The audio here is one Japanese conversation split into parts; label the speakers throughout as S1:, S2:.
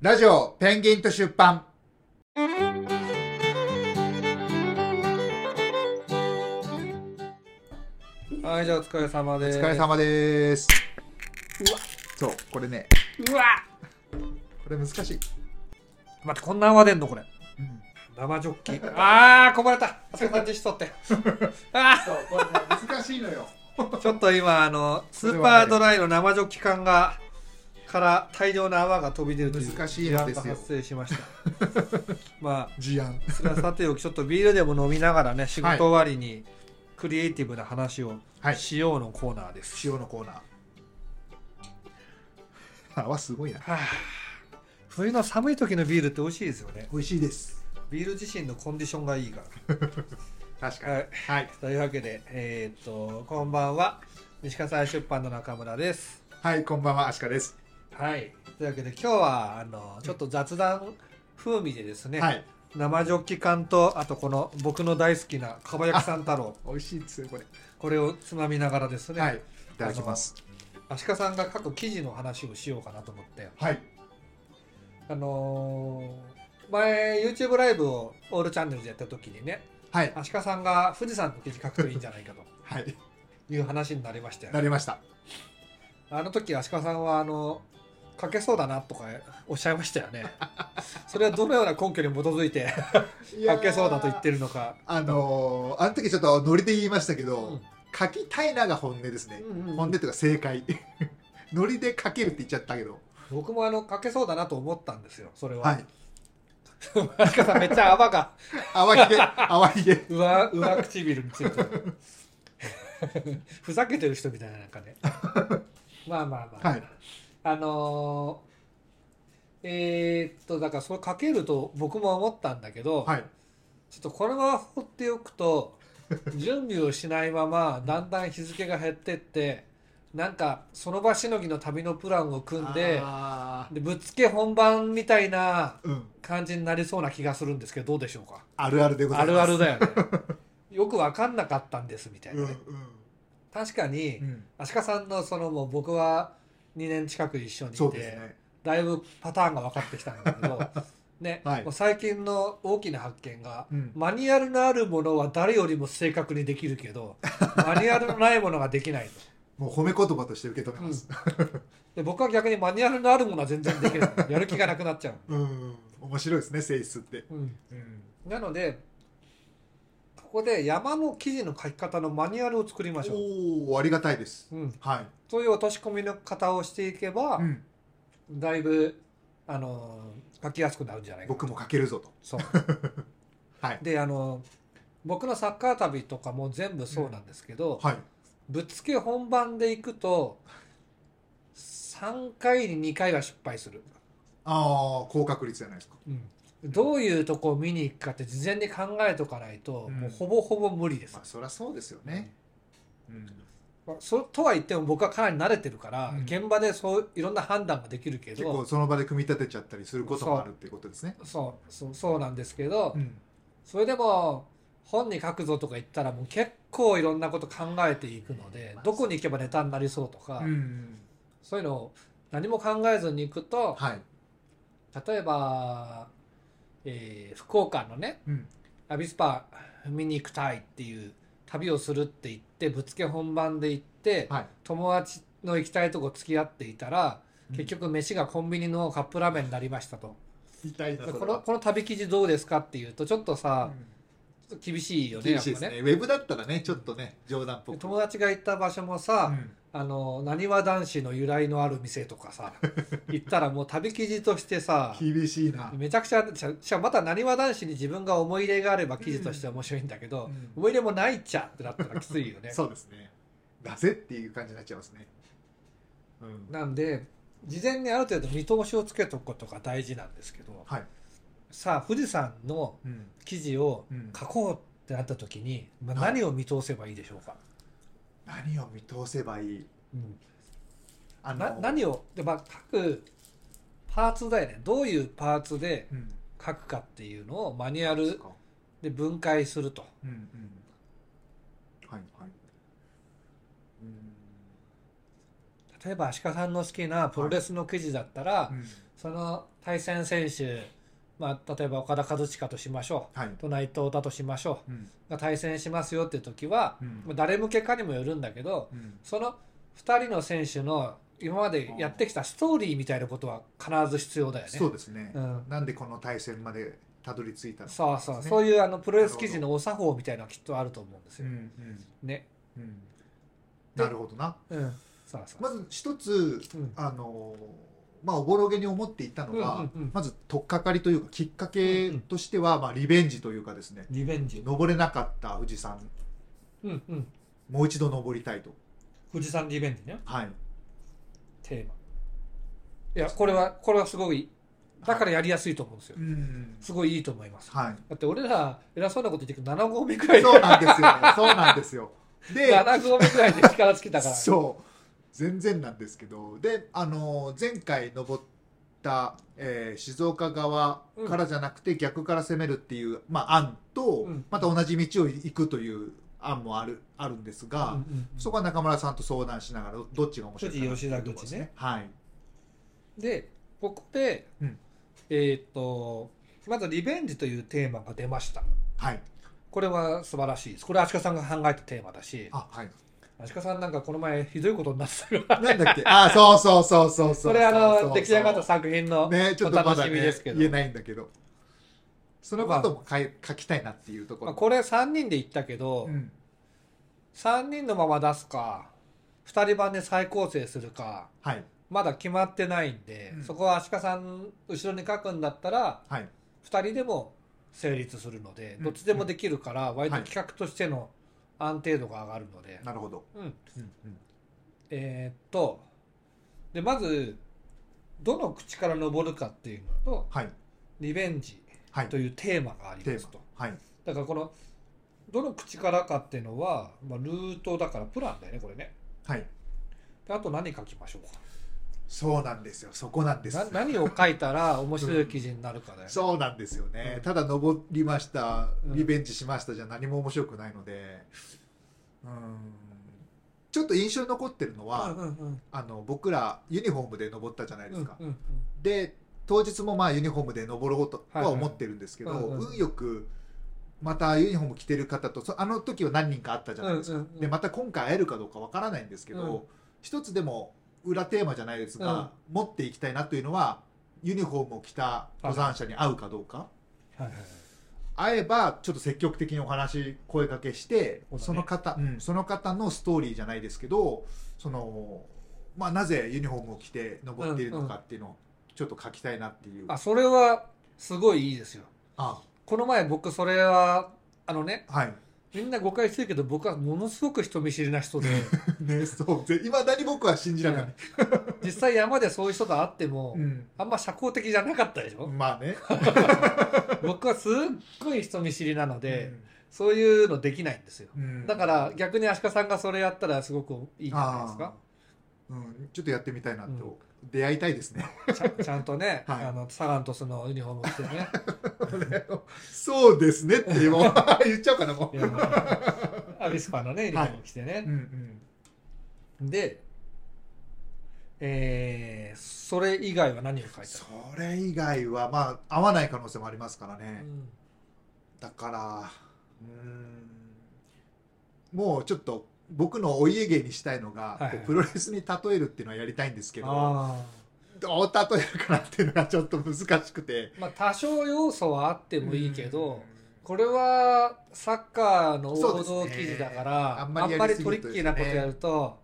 S1: ラジオペンギンと出版
S2: はい、じゃあお疲れ様
S1: お
S2: です。
S1: 疲れ様です、そうこれね
S2: うわ
S1: これ難しい、
S2: 待って、こんな泡出んのこれ。
S1: うん、
S2: 生ジョッキ。あー、こぼれた。あそこ立ちしと って。あ
S1: そうこれね難しいのよ
S2: ーちょっと今、あの、スーパードライの生ジョッキ缶が、から大量の泡が飛び出るという
S1: 難しいのですよ
S2: 事案が発生しました。 ま
S1: 事案
S2: あ、それはさておき、ちょっとビールでも飲みながらね、仕事終わりに、クリエイティブな話を
S1: はい
S2: しようのコーナーです。
S1: 塩のコーナーあわすごいな
S2: はあ、冬の寒い時のビールって美味しいですよね。
S1: 美味しいです
S2: ビール自身のコンディションがいいか
S1: 確
S2: ら。はい
S1: にはい
S2: というわけで、えーっと、こんばんは。西葛西出版の中村です。
S1: はいこんばんはアシカです、
S2: はい。というわけで、今日は、あの、ちょっと雑談風味でですね、
S1: はい
S2: 生ジョッキ缶と、あとこの僕の大好きなかば焼きさん太郎、
S1: 美味しいですよこれ
S2: これをつまみながらですね、
S1: はいいただきます
S2: 足利さんが書く記事の話をしようかなと思って、
S1: はい
S2: あのー前、YouTube ライブをオールチャンネルでやった時にね、
S1: はい
S2: 足利さんが富士山の記事書くといいんじゃないかと
S1: はい
S2: いう話になりましたよね
S1: なりました
S2: あの時足利さんはあの書けそうだなとかおっしゃいましたよね。 それはどのような根拠に基づいて書けそうだと言って
S1: る
S2: るのか。
S1: あのー、あの時ちょっとノリで言いましたけ
S2: う
S1: ど、書きたいなが本音ですね、
S2: んうんう
S1: 本音
S2: ん
S1: というか正 解ノリで書けるって言っちゃったけど
S2: 僕もあの書けそうだなと思ったんですよ。それは。
S1: はい
S2: 足利さんめっちゃ泡が
S1: 淡ひげ淡ひげ
S2: 上上唇についてる。ふざけてる人みたいななんかね。まあまあまあ。
S1: はい
S2: あのーえーっとだからそれ書けると僕も思ったんだけど。
S1: はい
S2: ちょっとこのまま放っておくと 準備をしないままだんだん日付が減ってってなんかその場しのぎの旅のプランを組んで
S1: あー
S2: でぶっつけ本番みたいな
S1: うん
S2: 感じになりそうな気がするんですけどどうでしょうか
S1: あるあるでござ
S2: あ
S1: い
S2: る
S1: ます
S2: あるだ よねよく分かんなかったんですみたいな
S1: う
S2: ね、
S1: ん
S2: 確かに
S1: うん、うん、
S2: 足利さんのそのもう僕は2年近く一緒にいて
S1: そうですね
S2: だいぶパターンが分かってきたんだけ どね、
S1: はい
S2: もう最近の大きな発見が
S1: うん
S2: マニュアルのあるものは誰よりも正確にできるけ どマニュアルのないものができない
S1: もう褒め言葉として受け止めます
S2: で僕は逆にマニュアルのあるものは全然できないやる気がなくなっちゃ
S1: うん、面白いですね性質って
S2: う、うん、
S1: うん
S2: なのでここで山の記事の書き方のマニュアルを作りましょ
S1: おおありがたいです
S2: う、うん、
S1: はい、
S2: そういう落とし込みの方をしていけば
S1: う、ん、
S2: だいぶ、あのー書きやすくなるんじゃないかな
S1: 僕も書けるぞと
S2: そう
S1: はい
S2: であの僕のサッカー旅とかも全部そうなんですけど、
S1: はい
S2: ぶっつけ本番で行くと3回に2回は失敗する、
S1: ああ高確率じゃないですか
S2: どういうとこを見に行くかって事前に考えとかないと、
S1: うん
S2: もうほぼほぼ無理です
S1: まあ、そりゃそうですよね、うん、
S2: まあそとは言っても僕はかなり慣れてるから、
S1: うん
S2: 現場でそういろんな判断ができるけ
S1: 結構
S2: ど
S1: その場で組み立てちゃったりすることもあるっていうことですね
S2: そうそうそうなんですけど、
S1: うん
S2: それでも本に書くぞとか言ったらもう結構いろんなこと考えていくのでどこに行けばネタになりそうとか、
S1: うん
S2: そういうのを何も考えずに行くと
S1: はい、
S2: 例えば、えー福岡のね
S1: うん、
S2: アビスパ見に行きたいっていう旅をするって言ってぶっつけ本番で行って
S1: はい
S2: 友達の行きたいとこ付き合っていたら結局飯がコンビニのカップラーメンになりましたと。
S1: 痛いな
S2: で
S1: そ
S2: こ
S1: れ
S2: の
S1: は
S2: この旅記事どうですかっていうとちょっとさ、
S1: うん
S2: ちょっと厳しいよね
S1: 厳しいです
S2: やっぱ
S1: ねウェブだったらねちょっとね冗談っぽ
S2: で
S1: く
S2: 友達が行った場所もさ、あのなにわ男子の由来のある店と かさ行ったらもう旅記事としてさ
S1: うん厳しいな、
S2: めちゃくちゃしかしかもまたなにわ男子に自分が思い入れがあれば記事として面白いんだけど、
S1: うん
S2: 思い入れもないっちゃってなったらきついよね
S1: そうですねだぜっていう感じになっちゃいますね、うん、
S2: なんで事前にある程度見通しをつけとくことが大事なんですけど
S1: はい、
S2: さあ富士山の
S1: うん
S2: 記事を
S1: うん
S2: 書こうってなった時に、まあ、
S1: はい
S2: 何を見通せばいいでしょうか、
S1: 何を見通せばいい
S2: うん
S1: あの
S2: な何をで、まあ、各パーツだよねどういうパーツで
S1: うん
S2: 書くかっていうのをマニュア
S1: そうです
S2: ル
S1: か
S2: で分解すると
S1: うんうんはいはいうん
S2: 例えば足利さんの好きなプロレスの記事だったら、
S1: うん
S2: その対戦選手、まあ、例えば岡田和親としましょ
S1: はい。
S2: うと内藤だとしましょ
S1: うん。
S2: うが対戦しますよっていう時は
S1: う
S2: まあ
S1: ん。
S2: 誰向けかにもよるんだけど
S1: うん
S2: その2人の選手の今までやってきたストーリーみたいなことは必ず必要だよね。
S1: そうですね
S2: う。ん
S1: なんでこの対戦までたどり着いたのか。
S2: そうそう、
S1: ですね
S2: そういうあのプロレス記事のお作法みたいなのはきっとあると思うんです
S1: う
S2: よ。
S1: ん
S2: ね。
S1: うんうん。
S2: で
S1: なるほどな。
S2: うん。そうそう。
S1: まず一つ
S2: うん
S1: あのーまあおぼろげに思っていたのは、
S2: うんうんうん
S1: まず取っかかりというかきっかけとしては、まあリベンジというかですね。
S2: リベンジ。
S1: 登れなかった富士山
S2: うんうん。
S1: もう一度登りたいと。
S2: 富士山リベンジね。
S1: はい。
S2: テーマ。いや、これは、これはすごい、だからやりやすいと思うんですよ
S1: う。ん。
S2: すごいいいと思います。
S1: はい。
S2: だって俺ら、偉そうなこと言ってくる7合目くらいで、
S1: そうなんですよ。そうなんですよ。 で、
S2: 7合目くらいで力尽きたから。
S1: そう全然なんですけどであの前回登った、えー静岡側からじゃなくて逆から攻めるっていう、まあ、案と、
S2: うん
S1: また同じ道を行くという案もあるあるんですが、
S2: うんうんうん
S1: そこは中村さんと相談しながらどどっちが面白いかな
S2: 藤井吉田
S1: というところです
S2: 口ね
S1: はい
S2: で、ここで、
S1: うん
S2: えーっと、まずリベンジというテーマが出ました。
S1: はい
S2: これは素晴らしいです。これ、足利さんが考えたテーマだし、
S1: あはい
S2: 足利さんなんかこの前ひどいことになってたから、
S1: なんだっけあそうそうそうそうそう
S2: それあ
S1: そうそうそ
S2: の、
S1: う
S2: 出来上がった作品の、
S1: ねちょっとま
S2: お
S1: だ、
S2: 楽しみ
S1: ね
S2: ですけ、ど
S1: 言えないんだけどそのことも書い書きたいなっていうとこ
S2: まあ、
S1: ろ、
S2: これ3人で言ったけど、
S1: うん
S2: 3人のまま出すか2人版で再構成するか
S1: はい
S2: まだ決まってないんで、
S1: うん
S2: そこは足利さん後ろに書くんだったら
S1: はい
S2: 2人でも成立するので、
S1: うん
S2: どっちでもできるから割と
S1: はい
S2: 企画としての安定度が上がるので、
S1: なるほど、
S2: うん、
S1: うんうん
S2: えーっとでまずどの口から登るかっていうのと
S1: はい
S2: リベンジ
S1: はい
S2: というテーマがあり
S1: テ
S2: ま
S1: ー
S2: すと、
S1: マはい
S2: だからこのどの口からかっていうのは、まあ、ルートだからプランだよねこれね
S1: はい
S2: であと何書きましょうか
S1: そうなんですよそこなんです
S2: な何を書いたら面白い記事になるかだよね、
S1: そうなんですよね、
S2: うん
S1: ただ登りました
S2: うん
S1: リベンジしましたじゃ何も面白くないのでうんちょっと印象に残ってるのは、
S2: うんうん
S1: あの僕らユニフォームで登ったじゃない
S2: うん
S1: ですか、
S2: うんうん
S1: で当日もまあユニフォームで登ろうと
S2: はい
S1: は
S2: はい
S1: 思ってるんですけど、
S2: うんうん
S1: 運よくまたユニフォーム着てる方とそあの時は何人かあったじゃないですか、
S2: うんうんうん
S1: でまた今回会えるかどうかわからないんですけど、
S2: うん
S1: 一つでも裏テーマじゃないですが、持っていきたいなというのはユニフォームを着た登山者に会うかどうか、
S2: はいはいはい
S1: 会えばちょっと積極的にお話声かけして
S2: そ
S1: そ
S2: うだね
S1: の方、うんその方のストーリーじゃないですけどその、まあ、なぜユニフォームを着て登っているのかっていうのをちょっと書きたいなっていう、
S2: あそれはすごいいいですよ
S1: あ
S2: この前僕それはあのね
S1: はい
S2: みんな誤解してるけど僕はものすごく人見知りな人で
S1: ねそういまだに僕は信じられない、
S2: 実際山でそういう人と会っても、
S1: うん
S2: あんま社交的じゃなかったでしょ、
S1: まあね
S2: 僕はすっごい人見知りなので、そういうのできないんですよ
S1: うんうん
S2: だから逆に足利さんがそれやったらすごくいいんじゃないですか
S1: あーうん、ちょっとやってみたいなと、
S2: うん
S1: 出会いたいですね
S2: ちゃんちゃんとね、
S1: はい
S2: あのサガン鳥栖のユニフォーム着て ね。
S1: そうですねってもう 言っちゃうかなも、
S2: いうやアビスパのね、ユニフォーム着てね。
S1: うんうん、
S2: で、えーそれ以外は何を書いて
S1: そ
S2: あ
S1: れ以外はまあ合わない可能性もありますからね、
S2: るうん
S1: だからうーんもうちょっと僕のお家芸にしたいのが、
S2: はいはい
S1: こうプロレスに例えるっていうのはやりたいんですけど
S2: あ
S1: どう例えるかなっていうのがちょっと難しくて
S2: ーまあ、多少要素はあって
S1: で
S2: もいいけど、これはサッカーの王道記事だか
S1: そうですね
S2: ら、あ
S1: あ
S2: ん
S1: ん
S2: ま
S1: ま
S2: り
S1: り
S2: トリッキーなことやると、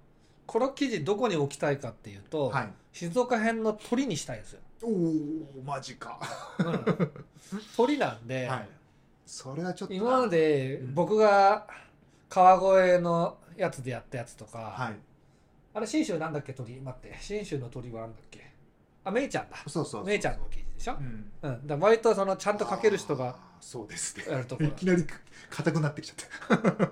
S2: この記事どこに置きたいかっていうと、
S1: はい
S2: 静岡編の鳥にしたいんですよ。
S1: おおマジか、
S2: うん 鳥なんで、
S1: はいそれはちょっとな
S2: 今まで
S1: うん
S2: 僕が川越のやつでやったやつとか、
S1: はい
S2: あれ信州なんだっけ鳥待って信州の鳥はなんだっけあめいちゃんだ
S1: そうそうそう
S2: めいちゃんの記事でしょ
S1: う、ん
S2: うんだから割とそのちゃんと書ける人が
S1: あーそうですね
S2: やるところ
S1: いきなり硬くなってきち ゃった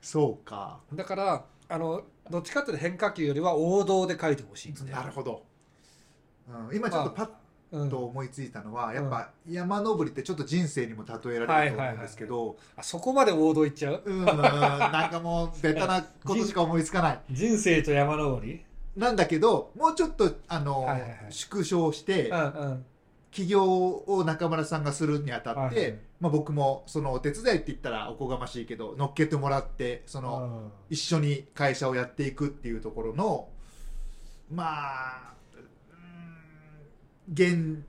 S1: そうか
S2: だからあのどっちかっていうと変化球よりは王道で書いてほしいんで
S1: なるほど、うん、今ちょっとパッ
S2: うん
S1: と思いついたのは、やっぱ山登りってちょっと人生にも例えら
S2: は
S1: れ
S2: い
S1: ると思
S2: はいは
S1: う
S2: い
S1: んですけど、
S2: あそこまで王道いっちゃう
S1: うん、なんかもうベタなことしか思いつかない。
S2: 人生と山登り
S1: なんだけどもうちょっとあの、
S2: はいはいはい
S1: 縮小して、
S2: うんうん
S1: 起業を中村さんがするにあたって、
S2: はいはい
S1: まあ、僕もそのお手伝いって言ったらおこがましいけど乗っけてもらってその、一緒に会社をやっていくっていうところのまあうーん現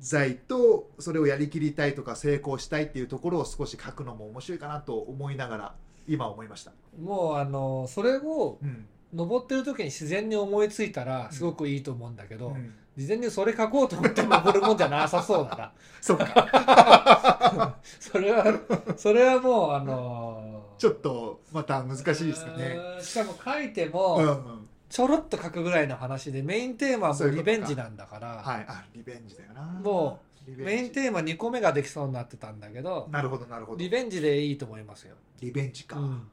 S1: 在とそれをやりきりたいとか成功したいっていうところを少し書くのも面白いかなと思いながら今思いました。
S2: もうあのそれを
S1: うん
S2: 登ってる時に自然に思いついたらすごくいいと思うんだけど、
S1: うん
S2: 事前にそれ書こうと思って登るもんじゃなさそうだな
S1: そっか
S2: それはそれはもうあの
S1: ちょ
S2: っ
S1: っとまた難しいですかね。
S2: しかも書いて
S1: うんう
S2: も
S1: ん
S2: ちょろっと書くぐらいの話でメインテーマはも
S1: そう
S2: う
S1: いうこ
S2: リ
S1: とか
S2: ベンジなんだから
S1: はい、あリベンジだよな。
S2: も
S1: う
S2: メインテーマ2個目ができそうになってたんだけど
S1: なるほどなるほど
S2: リベンジでいいと思いますよ、
S1: リベンジか。
S2: うん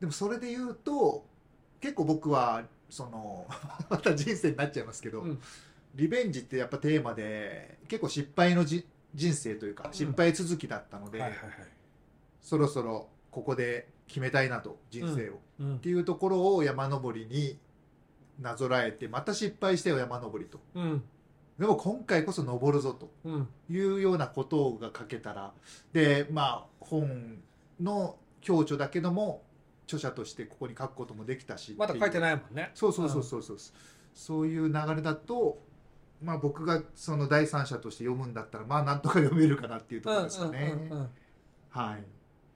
S1: でもそれで言うと結構僕はその また人生になっちゃいますけど、
S2: うん
S1: リベンジってやっぱテーマで結構失敗のじ人生というか
S2: ん
S1: 失敗続きだったので、
S2: はいはいはい、
S1: そろそろここで決めたいなと人生を、っ
S2: うん
S1: ていうところを山登りになぞらえてまた失敗してよ山登りと
S2: うん
S1: でも今回こそ登るぞと
S2: うん
S1: いうようなことが書けたらでまあ本の共著だけども著者としてここに書くこともできたし
S2: まだ書いて
S1: い
S2: ないもんね
S1: そうそうそうそうそう、そういう流れだとまあ僕がその第三者として読むんだったらまあなんとか読めるかなっていうところですかね、
S2: うんうんうんうん
S1: はい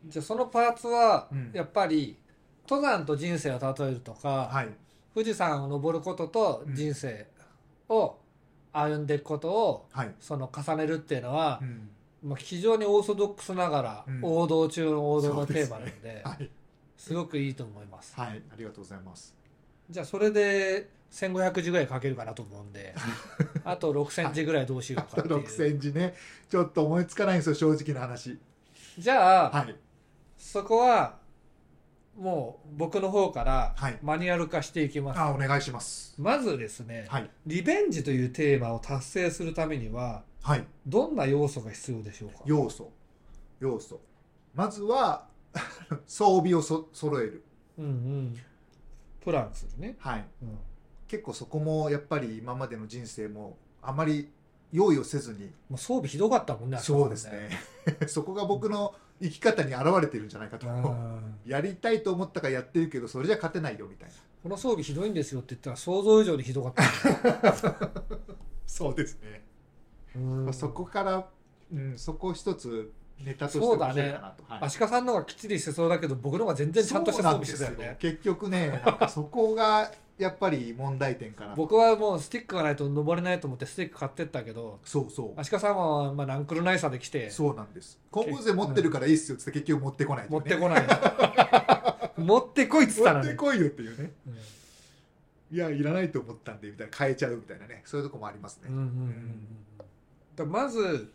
S2: じゃあそのパーツは
S1: うん
S2: やっぱり登山と人生を例えるとか、
S1: はい
S2: 富士山を登ることと人生を歩んでいくことを
S1: はい、
S2: その重ねるっていうのは
S1: う、ん
S2: まあ、非常にオーソドックスながら
S1: うん
S2: 王道中の王道のテーマなので,、す
S1: はい、
S2: ごくいいと思います、
S1: はい、ありがとうございます
S2: じゃあそれで1500字ぐらい書けるかなと思うんであと6000字ぐらいどうしようかっていう、
S1: 6000字ねちょっと思いつかないんですよ正直な話
S2: じゃあ、
S1: はい
S2: そこはもう僕の方から
S1: はい
S2: マニュアル化していきます、
S1: あお願いします
S2: まずですね、
S1: はい
S2: リベンジというテーマを達成するためには
S1: はい
S2: どんな要素が必要でしょうか
S1: 要素要素まずは 装備をそ揃える、
S2: うんうんプランするね、
S1: はい、
S2: うん
S1: 結構そこもやっぱり今までの人生もあまり用意をせずに
S2: もう装備ひどかったもんね
S1: そうですね そこが僕の生き方に現れてるんじゃないか
S2: あそ
S1: と、
S2: こねうん
S1: やりたいと思ったからやってるけどそれじゃ勝てないよみたいな
S2: この装備ひどいんですよって言ったら想像以上にひど かった
S1: そうですね、
S2: う
S1: ま
S2: ん
S1: あ、そこから、うん、そこを一つネタとして
S2: そうだ
S1: 面
S2: ね
S1: 白いかなと、はい
S2: 足利さんの方がきっちりしてそうだけど僕の方が全然ちゃんとした装備してたよ
S1: そうなん
S2: ね
S1: ですよ結局ねなんかそこがやっぱり問題点かなと
S2: 僕はもうスティックがないと登れないと思ってスティック買ってったけど
S1: そうそう
S2: 足利さんはまあナンクルナイサーで来て
S1: そうなんです。今後税持ってるからいいっすよっつって結局持ってこない、
S2: 持って こない持ってこいっつっ
S1: 持
S2: たの
S1: っ
S2: に
S1: てこいよっていうね。
S2: うん
S1: いや、いらないと思ったんで、みたいな。変えちゃうみたいなね。そういうとこもありますね。
S2: うんうんうんうんだからまず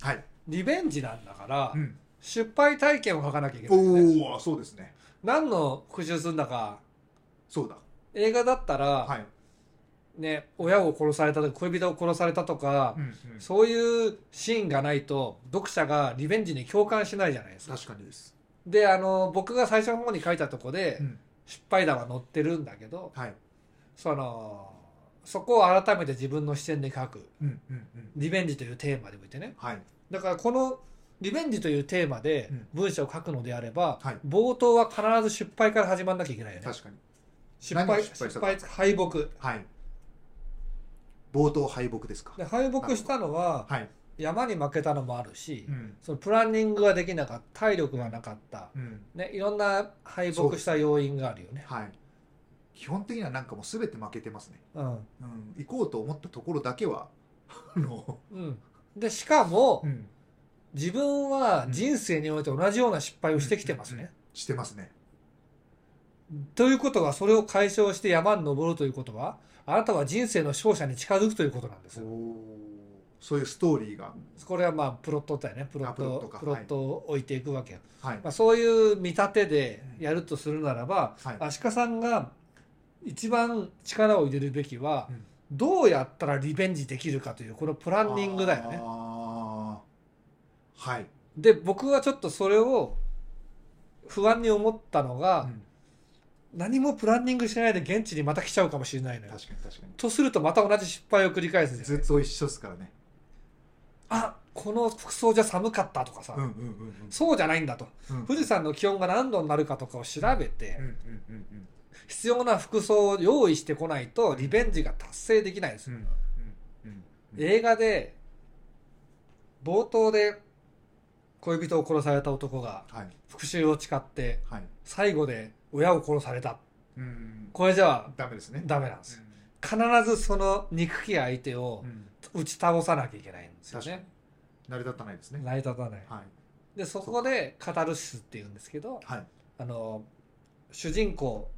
S1: はい。
S2: リベンジなんだから、
S1: うん。
S2: 失敗体験を書かなきゃいけない、ね、
S1: おおそうですね。
S2: 何の復讐するんだか
S1: そうだ。
S2: 映画だったら、
S1: はい。
S2: ね、親を殺されたとか恋人を殺されたとか
S1: う、んうん、
S2: そういうシーンがないと読者がリベンジに共感しないじゃないですか
S1: 確かにです。
S2: であの僕が最初の方に書いたとこで、
S1: うん。
S2: 失敗談は載ってるんだけど
S1: はい。
S2: そのそこを改めて自分の視点で書く
S1: うんうんうん。
S2: リベンジというテーマでおいてね
S1: はい。
S2: だからこのリベンジというテーマで
S1: うん
S2: 文章を書くのであれば、
S1: はい
S2: 冒頭は必ず失敗から始まんなきゃいけないよね。
S1: 確かに。
S2: 失敗、
S1: 何を
S2: 失
S1: 失
S2: 敗
S1: 敗したか
S2: 敗北。
S1: はい。冒頭敗北ですか
S2: で。敗北したのは、
S1: はい。
S2: 山に負けたのもあるし、
S1: うん。
S2: そのプランニングができなかった、体力がなかった、
S1: うん。
S2: ね、いろんな敗北した要因があるよね。
S1: はい。基本的にはなんかもう全て負けてますね。
S2: う
S1: う
S2: ん。
S1: ん。行こうと思ったところだけは、あの、
S2: うん。で、しかも、
S1: ん。
S2: 自分は人生において同じような失敗をしてきてますね。
S1: してますね。
S2: ということは、それを解消して山に登るということは、あなたは人生の勝者に近づくということなんですよ。
S1: そういうストーリーが、
S2: これはまあプロットだよねプロッ
S1: あプロット
S2: ト
S1: か
S2: プロットを置いていくわけよ、
S1: はい
S2: まあ、そういう見立てでやるとするならば、
S1: はい、
S2: アシカさんが一番力を入れるべきは、
S1: うん
S2: どうやったらリベンジできるかというこのプランニングだよね
S1: あーはい、
S2: で僕はちょっとそれを不安に思ったのが、何もプランニングしないで現地にまた来ちゃうかもしれないのよ
S1: 確かに確かに
S2: とするとまた同じ失敗を繰り返すんです
S1: ず
S2: よ
S1: っと一緒ですからね
S2: あこの服装じゃ寒かったとかさ、
S1: うんうんうん
S2: そうじゃないんだと
S1: うんうん
S2: 富士山の気温が何度になるかとかを調べて、
S1: うんうんうんうん
S2: 必要な服装を用意してこないとリベンジが達成できないんです
S1: う
S2: よ、
S1: んうんうん
S2: 映画で冒頭で恋人を殺された男が
S1: はい
S2: 復讐を誓って
S1: はい
S2: 最後で親を殺された
S1: うん
S2: これじゃあ
S1: ダメですね
S2: ダメなんですよ必ずその憎き相手を
S1: うんうん
S2: 打ち倒さなきゃいけないんですよ
S1: 確かに
S2: ね
S1: 成り立たないですね
S2: 成り立たない
S1: はい
S2: でそこでカタルシスっていうんですけど
S1: はい
S2: あの主人公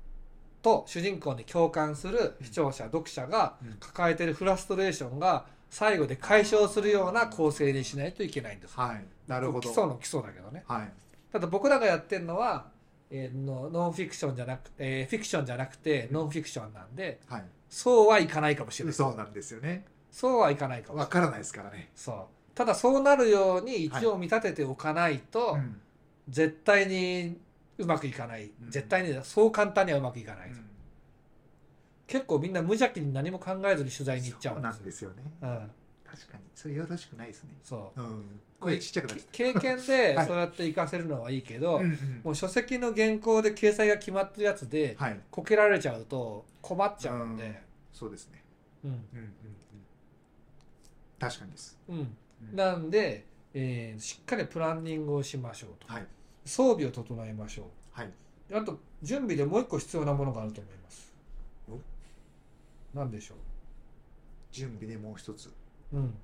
S2: と主人公に共感する視聴者、読者が
S1: うん
S2: 抱えてるフラストレーションが最後で解消するような構成にしないといけないんです
S1: はいなるほ
S2: 基
S1: ど
S2: 礎の基礎だけどね
S1: はい
S2: ただ僕らがやってるのは、えーのノンフィクションじゃなくて、えーフィクションじゃなくてノンフィクションなんで
S1: はい
S2: そうはいかないかもしれない
S1: そうなんですよね
S2: そうはいかないかもしれ
S1: わ
S2: ない
S1: からないですからね
S2: そうただそうなるように一応見立てておかないと、
S1: うん
S2: 絶対にうまくいかない、
S1: うん
S2: 絶対にそう簡単にはうまくいかない、
S1: うん
S2: 結構みんな無邪気に何も考えずに取材に行っちゃ
S1: そううんな
S2: で
S1: ん
S2: す
S1: ですよね
S2: ようん
S1: 確かにそれよろしくないですね
S2: そう
S1: うん声ちっちゃくなってき
S2: 経験 で
S1: はい
S2: そうやって活かせるのはいいけど、
S1: たうんうん
S2: もう書籍の原稿で掲載が決まってるやつで、
S1: はい
S2: こけられちゃうと困っちゃうんで、
S1: そうですね
S2: うん
S1: うんうんうん確かにです
S2: うん
S1: うん
S2: なんで、えーしっかりプランニングをしましょうと、
S1: はい
S2: 装備を整えましょ
S1: はい。
S2: うあと準備でもう一個必要なものがあると思います
S1: お
S2: 何でしょ
S1: 準備でもう一つ。
S2: ううん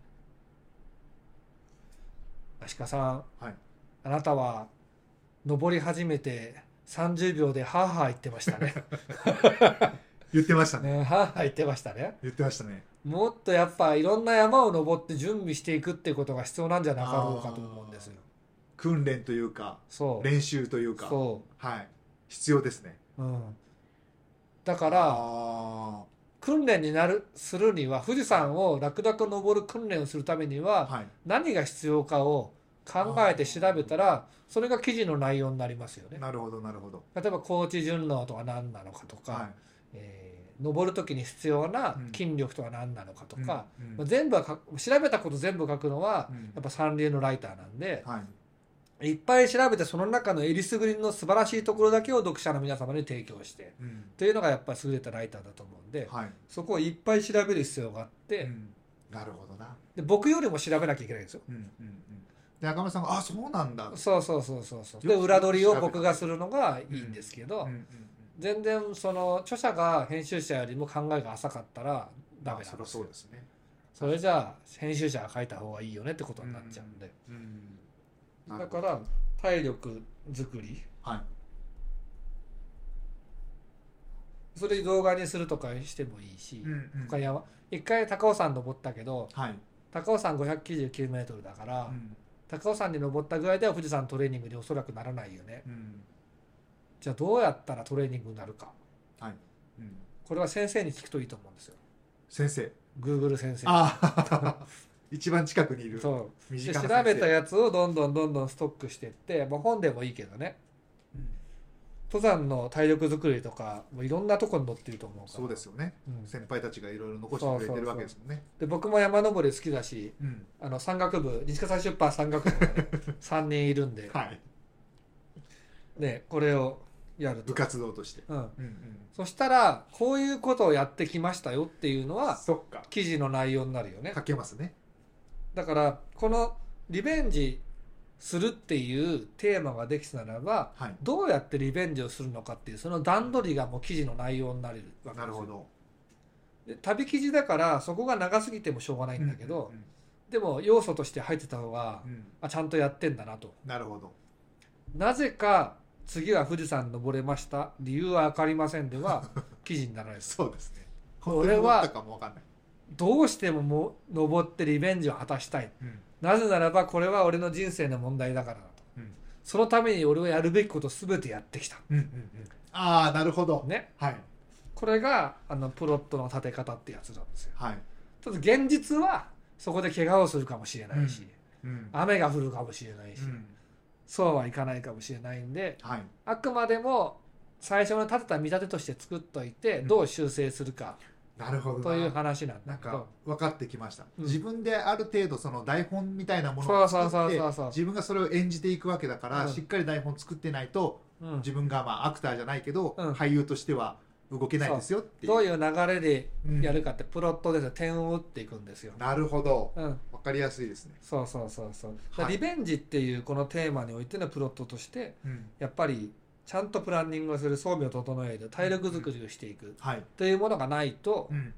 S2: 足利さん
S1: はい。
S2: あなたは登り始めて30秒でハーハー言ってまし たね
S1: 言ってましたね。
S2: ね、はーはー言ってましたね
S1: 言ってましたね。
S2: もっとやっぱいろんな山を登って準備していくっていうことが必要なんじゃなかろうかと思うんですよ
S1: 訓練というか、
S2: そう
S1: 練習というか、
S2: そ
S1: はい。必要ですね。
S2: う、うん、だか
S1: あ
S2: ら
S1: あ
S2: 訓練になるするには富士山を楽々登る訓練をするために
S1: ー。
S2: は
S1: はい。
S2: 何が必要かを考えて調べたらそれが記事の内容になりますよね
S1: なるほど、なるほど。
S2: 例えば高知順応とは何なのかとか、
S1: は
S2: えー登る時に必要な
S1: うん
S2: 筋力とは何なのかと
S1: い。
S2: か、
S1: うん、うん
S2: まあ、全部はか調べたこと全部書くのは
S1: うん
S2: やっぱ三流のライターなんで
S1: はい。
S2: いっぱい調べてその中のえりすぐりの素晴らしいところだけを読者の皆様に提供して
S1: うん。
S2: というのがやっぱり優れたライターだと思うんで
S1: はい。
S2: そこをいっぱい調べる必要があっ
S1: う
S2: て
S1: んなるほどな。
S2: で僕よりも調べなきゃいけないんですよ。
S1: うんうんうん。で、赤村さんが、あ、そうなんだ。
S2: そうそうそうそうそう
S1: よく
S2: で裏取りを僕がするのがいいんですけど
S1: うんうんうん
S2: 全然その著者が編集者よりも考えが浅かったら
S1: ま
S2: ダメ
S1: あ
S2: な
S1: そ
S2: ん
S1: りゃ
S2: です
S1: そう
S2: よ
S1: ですね。
S2: それじゃあ編集者が書いた方がいいよねってことになっちゃうんで
S1: うん。なる
S2: だ
S1: ほ
S2: か
S1: ど
S2: ら体力作り
S1: はい。
S2: それ動画にするとかしてもいいし、
S1: うんうん
S2: 他山一回高尾山登ったけど
S1: はい。
S2: 高尾山 599m だから、
S1: うん
S2: 高尾山に登った具合では富士山トレーニングにおそらくならないよね
S1: うん。
S2: じゃあどうやったらトレーニングになるか
S1: うん。
S2: これは先生に聞くといいと思うんですよ
S1: 先生。
S2: Google 先生
S1: ああ。 一番近くにいる。
S2: そう
S1: 身
S2: で
S1: 近な
S2: 調
S1: 先生
S2: べたやつをどんどんどんどんストックしていって、まあ、本でもいいけどね
S1: うん
S2: 登山の体力作りとかもういろんなとこに載ってると思うから
S1: そうですよね
S2: うん
S1: 先輩たちがいろいろ残してくれてるわけですもんね
S2: で僕も山登り好きだし
S1: うん
S2: あの山岳部西葛西出版山岳部が、ね、3人 いるんで、
S1: はい
S2: ね、これをやる
S1: 部
S2: と、
S1: 活動として
S2: うん、
S1: うんうん
S2: そしたらこういうことをやってきましたよっていうのは
S1: そっか
S2: 記事の内容になるよね
S1: 書けますね
S2: だからこの「リベンジする」っていうテーマができたならば
S1: はい
S2: どうやってリベンジをするのかっていうその段取りがもう記事の内容になれるわけですよ
S1: なるほど
S2: で旅記事だからそこが長すぎてもしょうがないんだけど、でも要素として入ってた方が
S1: うん、うん
S2: あちゃんとやってんだなと
S1: なるほど
S2: なぜか次は富士山登れました理由は分かりません では記事にならないです
S1: そうですね
S2: これは
S1: 本当に思ったかもわかんない
S2: どうしてももう登ってリベンジを果たしたい
S1: うん
S2: なぜならばこれは俺の人生の問題だからだと、
S1: うん
S2: そのために俺はやるべきこと全てやってきた
S1: うんうんうんああなるほど
S2: ね
S1: はい
S2: これがあのプロットの立て方ってやつなんですよ
S1: はい
S2: ただ現実はそこで怪我をするかもしれないし、
S1: うん
S2: 雨が降るかもしれないうし、
S1: ん
S2: そうはいかないかもしれないんで
S1: はい
S2: あくまでも最初の立てた見立てとして作っといてどう修正するか
S1: なるほど
S2: という
S1: な
S2: 話なん
S1: な
S2: だ
S1: ん
S2: け
S1: か
S2: ど
S1: 分かってきました、
S2: うん
S1: 自分である程度その台本みたいなもの
S2: そ
S1: を
S2: うそう
S1: 作っ
S2: そう
S1: て
S2: そうそう
S1: 自分がそれを演じていくわけだから、
S2: うん
S1: しっかり台本作ってないと
S2: うん
S1: 自分がまあアクターじゃないけど、
S2: うん
S1: 俳優としては動けないですよっていう
S2: どういう流れで
S1: うん
S2: やるかってプロットですよ点を打っていくんですよ。
S1: なるほど
S2: うん、
S1: 分かりやすいですね、
S2: そうそうそうそう。だから
S1: はい
S2: リベンジっていうこのテーマにおいてのプロットとして
S1: うん
S2: やっぱりちゃんとプランニングをする装備を整える体力づくりをしていく
S1: はい、
S2: というものがないと
S1: うん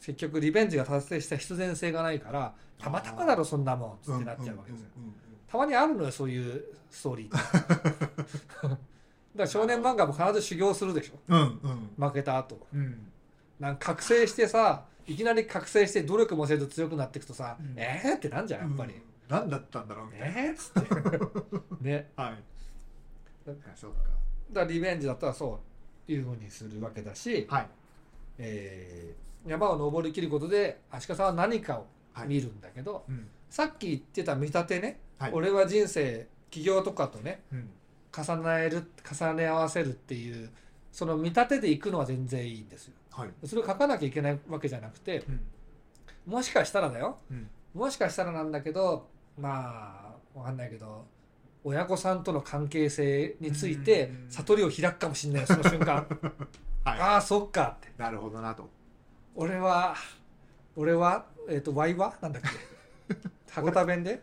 S2: 結局リベンジが達成した必然性がないからたまたまだろそんなもんっつってなっちゃうわけですよ。
S1: うんうんうんうん
S2: たまにあるのよそういうストーリーってだ から少年漫画も必ず修行するでしょ
S1: うんうん
S2: 負けた後
S1: うん
S2: なんか覚醒してさいきなり覚醒して努力もせず強くなっていくとさ「
S1: うん
S2: えー?」ってなんじゃんやっぱり
S1: うん、何だったんだろうみたいな、
S2: えー?」っつってね
S1: はい
S2: だか
S1: あ
S2: ら
S1: そう
S2: だからリベンジだったらそういうふうにするわけだし、
S1: かはい
S2: えー山を登りきることで足利さんは何かを
S1: はい
S2: 見るんだけど、
S1: うん
S2: さっき言ってた見立てね、
S1: はい
S2: 俺は人生起業とかとね
S1: うん
S2: 重ねる重ね合わせるっていうその見立てでいくのは全然いいんですよ
S1: はい
S2: それを書かなきゃいけないわけじゃなくて
S1: うん
S2: もしかしたらだよ
S1: うん
S2: もしかしたらなんだけどまあわかんないけど親御さんとの関係性について
S1: うん
S2: 悟りを開くかもしれないその瞬間
S1: は
S2: ああそっかって
S1: いなるほどなと
S2: 俺は俺はえっ、とワイはなんだっけ博多弁で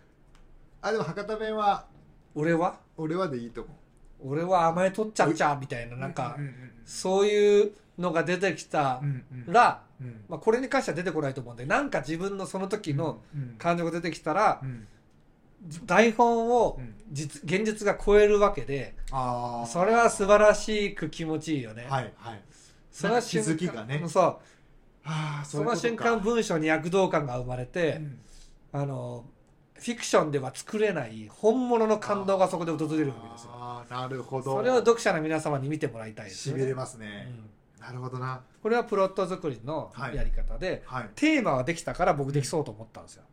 S1: あでも博多弁は
S2: 俺は
S1: 俺はでいいと思
S2: 俺は甘えとっちゃっちゃみたいな
S1: う
S2: なんか、
S1: うんうん
S2: そういうのが出てきた
S1: うんうんうん
S2: ら、
S1: うん
S2: まあ、これに関しては出てこないと思うんでなんか自分のその時の感情が出てきたら
S1: うんうん
S2: 台本を
S1: うん
S2: 実現実が超えるわけで
S1: ああ
S2: それは素晴らしく気持ちいいよね。
S1: はいはい
S2: その瞬
S1: な
S2: 間
S1: んか気づきがね
S2: そう
S1: ああ
S2: その瞬間文章に躍動感が生まれて、あのフィクションでは作れない本物の感動がそこで訪れるわけですよ。
S1: ああなるほど
S2: それを読者の皆様に見てもらいたいです
S1: し
S2: よ
S1: び
S2: ね
S1: れますね
S2: うん
S1: なるほどな
S2: これはプロット作りのやり方で、
S1: はい
S2: テーマはできたから僕できそうと思ったんですよ。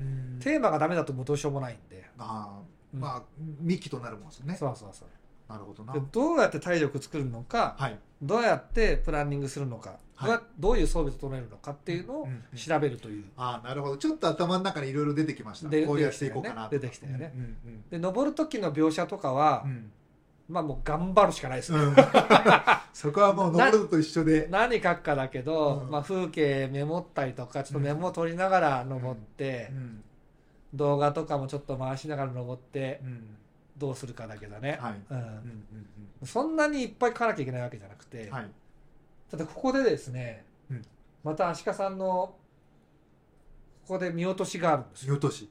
S1: うん
S2: テーマがダメだともうどうしようもないんで。
S1: あー
S2: うん
S1: まあ幹となるもんですよね
S2: そうそうそう
S1: なるほどな
S2: でどうやって体力作るのか、
S1: はい
S2: どうやってプランニングするのか、
S1: はい
S2: どうやどういう装備整えるのかっていうの
S1: う
S2: を
S1: んうんうん
S2: 調べるという、
S1: ああなるほどちょっと頭の中にいろいろ出てきました
S2: で
S1: こうやっていこうかな
S2: 出てきたよね
S1: うんうん
S2: で登る時の描写とかは、
S1: うん
S2: まあもう頑張るしかないですね、
S1: うんそこはもう登ると一緒で
S2: 何書くかだけど、
S1: うん
S2: まあ、風景メモったりとかちょっとメモを取りながら登って
S1: う、ん
S2: 動画とかもちょっと回しながら登って
S1: うん
S2: どうするかだけだね、
S1: はい
S2: うん
S1: うんうん
S2: そんなにいっぱい書かなきゃいけないわけじゃなく
S1: う
S2: て、
S1: んはい
S2: ただここでですね、
S1: うん
S2: また足利さんのここで見落としがあるんです
S1: 見
S2: よ
S1: 落とし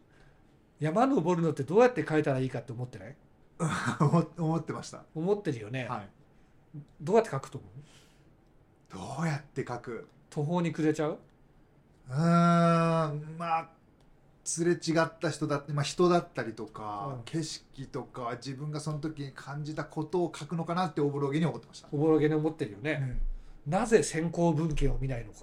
S2: 山登るのってどうやって書いたらいいかって思ってない
S1: 思思ってました
S2: 思ってるよね、
S1: はい
S2: どうやって書くと思う
S1: どうやって書く
S2: 途方に暮れちゃう
S1: うーんまあすれ違った人だって、まあ、人だったりとか、
S2: うん
S1: 景色とか自分がその時に感じたことを書くのかなっておぼろげに思ってました、
S2: おぼろげに思ってるよね、なぜ先行文献を見ないのか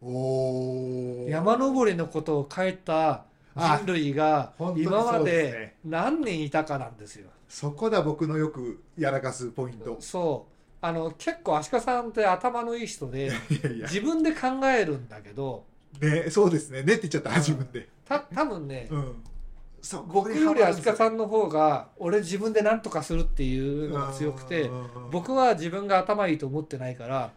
S1: おお
S2: 山登りのことを書いた人類が
S1: 本当に
S2: 今ま
S1: そうです
S2: で
S1: ね
S2: 何人いたかなんですよ。
S1: そこだ僕のよくやらかすポイント
S2: そうあの結構足利さんって頭のいい人
S1: い
S2: で
S1: やいや
S2: 自分で考えるんだけど
S1: ねそうですねねって言っちゃった自分で
S2: た多分ね、
S1: うんそう
S2: 僕より足利さ
S1: ん
S2: んの方が俺自分で何とかするっていうのが強くて僕は自分が頭いいと思ってないから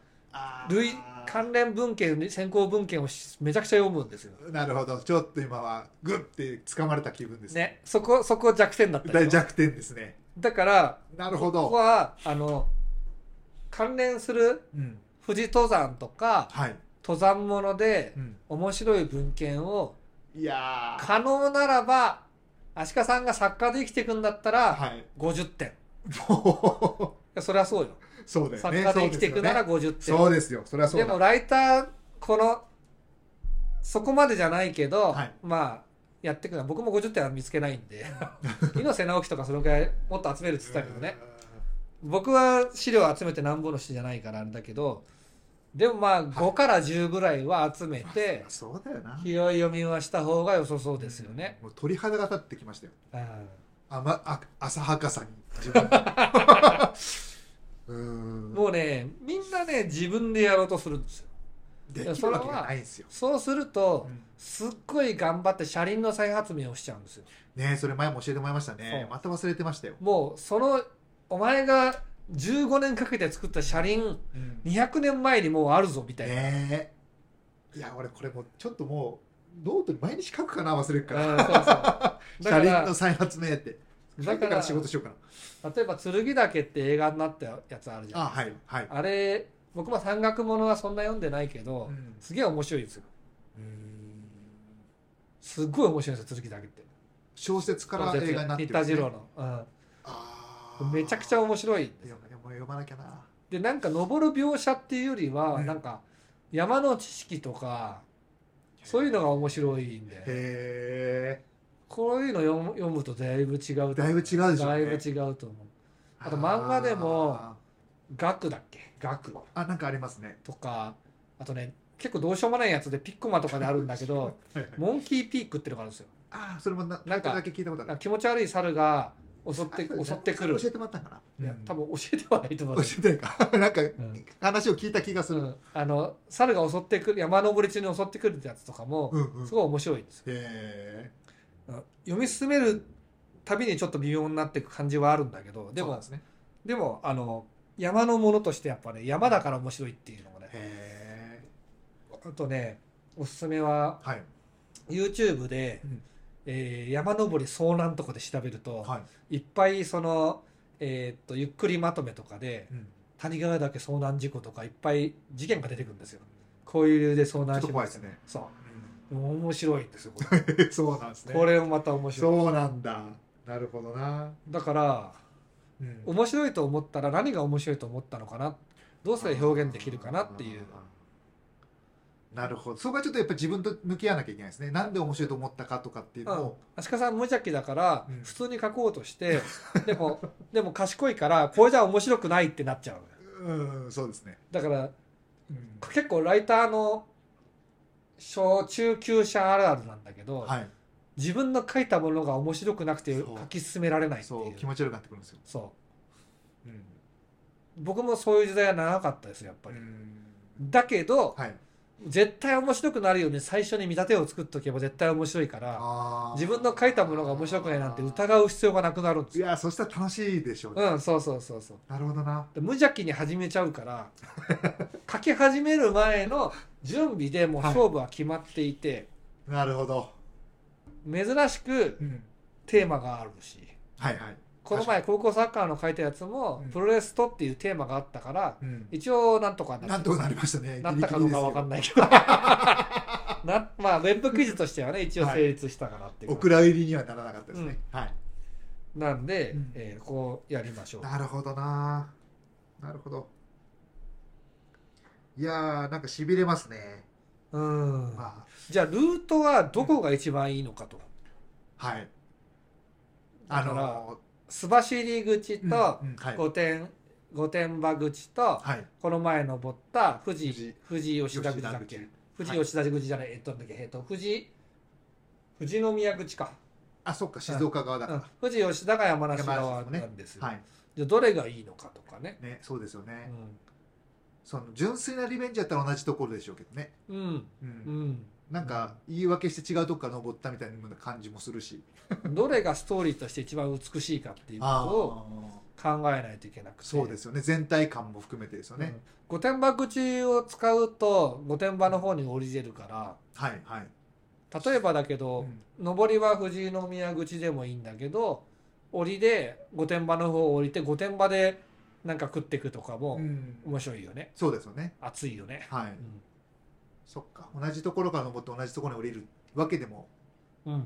S2: 類関連文献先行文献をしめちゃくちゃ読むんですよ。
S1: なるほどちょっと今はグッて掴まれた気分です
S2: ね、そこそこ弱点だった
S1: 大
S2: でしょ
S1: 弱点ですね
S2: だから
S1: なるほ
S2: ここ
S1: ど、
S2: はあの関連する
S1: うん、
S2: 富士登山とか
S1: はい、
S2: 登山もので
S1: うん、
S2: 面白い文献を
S1: いやー
S2: 可能ならば足利さんが作家で生きていくんだったら
S1: はい
S2: 50点い
S1: もう
S2: やそれはそうよ
S1: そうだよ
S2: 作
S1: ね
S2: 家で生きていくなら50点
S1: そうですよねそうですよそれはそう
S2: で
S1: だ
S2: もライターこのそこまでじゃないけど、
S1: はい
S2: まあやっていくのは僕も50点は見つけないん で猪瀬直樹とかそのくらいもっと集めるって言ってたけどね僕は資料集めてなんぼの人じゃないからあれだけどでもまあ5から10ぐらいは集め
S1: う
S2: て
S1: んそうだよな
S2: 拾い読みはした方が良さそうですよね。
S1: もう鳥肌が立ってきましたよ
S2: うん
S1: あまあ浅はかさに自分のううん
S2: もうねみんなね自分でやろうとするんですよ
S1: できるわけがないんですよ、
S2: そうすると、
S1: うん
S2: すっごい頑張って車輪の再発明をしちゃうんですよ
S1: ねそれ前も教えてもらいましたね
S2: そう
S1: また忘れてましたよ、
S2: もうそのお前が15年かけて作った車輪200年前にもうあるぞみたいな、
S1: ねえいや俺これもうちょっともうノートに毎日書くかな忘れる
S2: う
S1: か
S2: ん
S1: ら、
S2: そ うそうだか
S1: 車輪の
S2: ら
S1: 再発明って書いてから仕事しようかな
S2: 例えば「剣岳」って映画になったやつあるじゃ
S1: あ
S2: ないですか
S1: はいはい、
S2: あれ僕も山岳ものはそんな読んでないけど、
S1: うん
S2: すげえ面白いんですよすっごい面白いんですよ剣岳って
S1: 小説から映画になって
S2: 新田
S1: んで
S2: 次
S1: すね
S2: 郎の、
S1: あ
S2: うん、
S1: ー
S2: めちゃくちゃ面白いんです
S1: いや
S2: よ
S1: でも読まなきゃな
S2: でなんか登る描写っていうよりは、
S1: うん
S2: なんか山の知識とかそういうのが面白いんで
S1: へ
S2: こういうの読む読むとだいぶ違うと思
S1: えだいぶ違うでしょうね
S2: だいぶ違うと思うあと漫画でも学だっけ学
S1: あーあなんかありますね
S2: とかあとね結構どうしようもないやつでピッコマとかであるんだ けどモンキーピークってのがあるんですよ
S1: ああそれもな
S2: な
S1: なんん
S2: か
S1: かだけ聞いたことあ
S2: なん
S1: る
S2: か気持ち悪い猿が襲って
S1: あ
S2: 襲ってくる
S1: 教えてもらったんかない
S2: や
S1: うん
S2: 多分教えてはないと思う
S1: 教えてないか なんか
S2: ん
S1: 話を聞いた気がす
S2: う
S1: る
S2: ん、あの猿が襲ってくる山登り中に襲ってくるってやつとかも
S1: うんうんへ
S2: すごい面白いんですよ、
S1: え
S2: うん読み進めるたびにちょっと微妙になっていく感じはあるんだけどで
S1: そうな
S2: も
S1: んですね
S2: でもあの山のものとしてやっぱね山だから面白いっていうのもね
S1: へえ
S2: あとねおすすめは
S1: はい
S2: YouTube で、
S1: うん
S2: えー山登り遭難とかで調べると、
S1: はい
S2: い、っぱいその、えーっとゆっくりまとめとかで
S1: うん
S2: 谷川岳遭難事故とかいっぱい事件が出てくるんですよこういう理由で遭
S1: ちょ
S2: 難
S1: っと
S2: し
S1: 怖
S2: ま
S1: いですすね
S2: そう面白いんですよこ
S1: そうなんです
S2: れ
S1: ね
S2: これもまた面白い
S1: そうなんだなるほどな
S2: だから
S1: うん
S2: 面白いと思ったら何が面白いと思ったのかなどうすれば表現できるかなっていう
S1: なるほどそこはちょっとやっぱり自分と向き合わなきゃいけないですねなんで面白いと思ったかとかっていうのを、
S2: 足利さん無邪気だから
S1: うん
S2: 普通に書こうと して、でもでも賢いからこれじゃ面白くないってなっちゃうのよ
S1: うん、そうですね、
S2: だから
S1: うん
S2: 結構ライターの小中級者あるあるなんだけど、
S1: はい
S2: 自分の書いたものが面白くなくて
S1: そ
S2: 書
S1: う
S2: き進められないっていう
S1: そ
S2: そうう
S1: 気持ち悪くなってくるんですよ、うん
S2: 僕もそういう時代は長かったですよやっぱり、
S1: うん
S2: だけど、
S1: はい
S2: 絶対面白くなるように最初に見立てを作っとけば絶対面白いから
S1: あー
S2: 自分の書いたものが面白くないなんて疑う必要がなくなるんです
S1: い
S2: よ。
S1: やそしたら楽しいでしょう、ね
S2: うん、そうそうそうそう。
S1: なるほどな
S2: で無邪気に始めちゃうから書き始める前の準備でもう勝負は決まっていて、
S1: なるほど、
S2: 珍しく
S1: うん、
S2: テーマがあるし
S1: はいはい、
S2: この前高校サッカーの書いたやつも、
S1: うん
S2: プロレスとっていうテーマがあったから
S1: うん、
S2: 一応なんとかな
S1: なんとかなりましたね
S2: なったかどうかわかん
S1: い
S2: な いけどなまあウェブ記事としてはね一応成立したかなっていう
S1: お
S2: 感じ
S1: 蔵入りにはならなかったですね、はい
S2: なんで、
S1: うん
S2: えーこうやりましょう。
S1: なるほどななるほどいやーなんかしびれますね
S2: うん
S1: ま
S2: じゃあルートはどこが一番いいのかと。
S1: あはい
S2: だ
S1: あ
S2: から
S1: の
S2: 須走口
S1: ー
S2: と
S1: うんうんはい
S2: 御殿御殿場口と
S1: はい
S2: この前登った富士
S1: 富士
S2: 富士吉田口だっ
S1: 吉田
S2: け
S1: 口
S2: 富士吉田口じゃない、えっとなんだっけえっと富士富士宮口か、
S1: あそっか静岡側だ
S2: う
S1: か
S2: ん、富士吉田が山梨
S1: 山梨
S2: 側
S1: ですね
S2: なんですよ、
S1: らはい
S2: じゃあどれがいいのかとかね。
S1: ねそうですよね
S2: う
S1: その純粋なリベンジやったら同じところでしょうけどね
S2: んうん
S1: う
S2: うんん
S1: なんか言い訳して違うとこから登ったみたいな感じもするし
S2: どれがストーリーとして一番美しいかっていう
S1: あ
S2: ことを
S1: ー
S2: 考えないといけなくて
S1: そうですよね全体感も含めてですよね
S2: うん御殿場口を使うと御殿場の方に降りれるから
S1: はいはい
S2: 例えばだけど、上りは富士宮口でもいいんだけど降りで御殿場の方を降りて御殿場でなんか食ってくとか
S1: う
S2: も
S1: ん
S2: 面白いよね
S1: そうですよね
S2: 熱いよね、
S1: は
S2: う
S1: い
S2: ん
S1: そっか同じところから登って同じところに降りるわけでも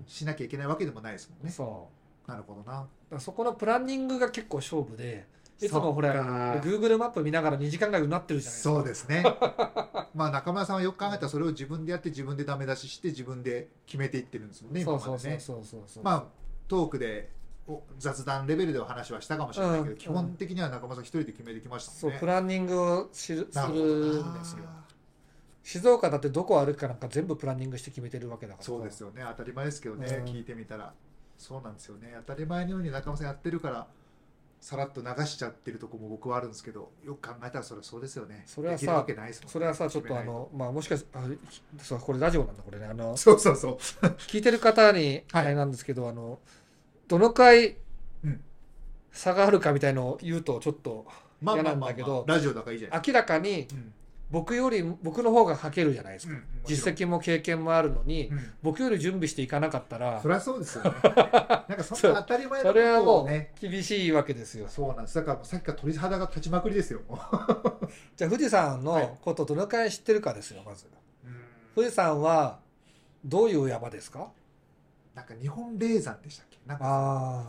S1: しなきゃいけないわけでもないですもんね
S2: そう
S1: なるほどな
S2: だからそこのプランニングが結構勝負でいつもほ
S1: そっ
S2: ら
S1: か
S2: Google マップ見ながら2時間ぐらいなってるじゃないですか
S1: そうですね まあ中村さんはよく考えたらそれを自分でやって自分でダメ出しして自分で決めていってるんですもんね
S2: そ
S1: 今
S2: うそう
S1: まで
S2: そう
S1: ね
S2: そうそうそう
S1: まあトークでお雑談レベルでは話はしたかもしれないけど、
S2: うん
S1: 基本的には中村さん一人で決めてきました
S2: そ
S1: も
S2: うん
S1: ね
S2: プランニングを知るす
S1: な
S2: る
S1: るほどなん
S2: ですよ静岡だってどこ歩くかなんか全部プランニングして決めてるわけだから
S1: そうですよね当たり前ですけどね、
S2: うん
S1: 聞いてみたらそうなんですよね当たり前のように中村さんやってるからさらっと流しちゃってるとこも僕はあるんですけどよく考えたらそれはそうですよね
S2: それはさ
S1: できるわけないですもんね
S2: それはさちょっとあのまあもしかしあそうこれラジオなんだこれねあの
S1: そうそうそう
S2: 聞いてる方にあ
S1: はい
S2: れなんですけど、あのどの回
S1: うん
S2: 差があるかみたいのを言うとちょっと
S1: まあまあ
S2: 嫌な
S1: ま
S2: ん
S1: あ、
S2: だけど
S1: まあ、ラジオだからいいじゃないで
S2: 明らかに
S1: すか、うん
S2: 僕より僕の方が書けるじゃないですか、
S1: うん
S2: 実、績も経験もあるのに、
S1: うん
S2: 僕より準備していかなかったら
S1: そりゃそうですよ ねなんかそんな当たり前のこ
S2: それは
S1: とを
S2: も
S1: ね
S2: う厳しいわけですよ
S1: そうなんですだからもうさっきから鳥肌が立ちまくりですよも
S2: じゃあ富士山
S1: はい
S2: のことどのくらい知ってるかですよまず
S1: う
S2: 富士山はどういう山ですか
S1: なんか日本霊山でしたっけなんか
S2: ああ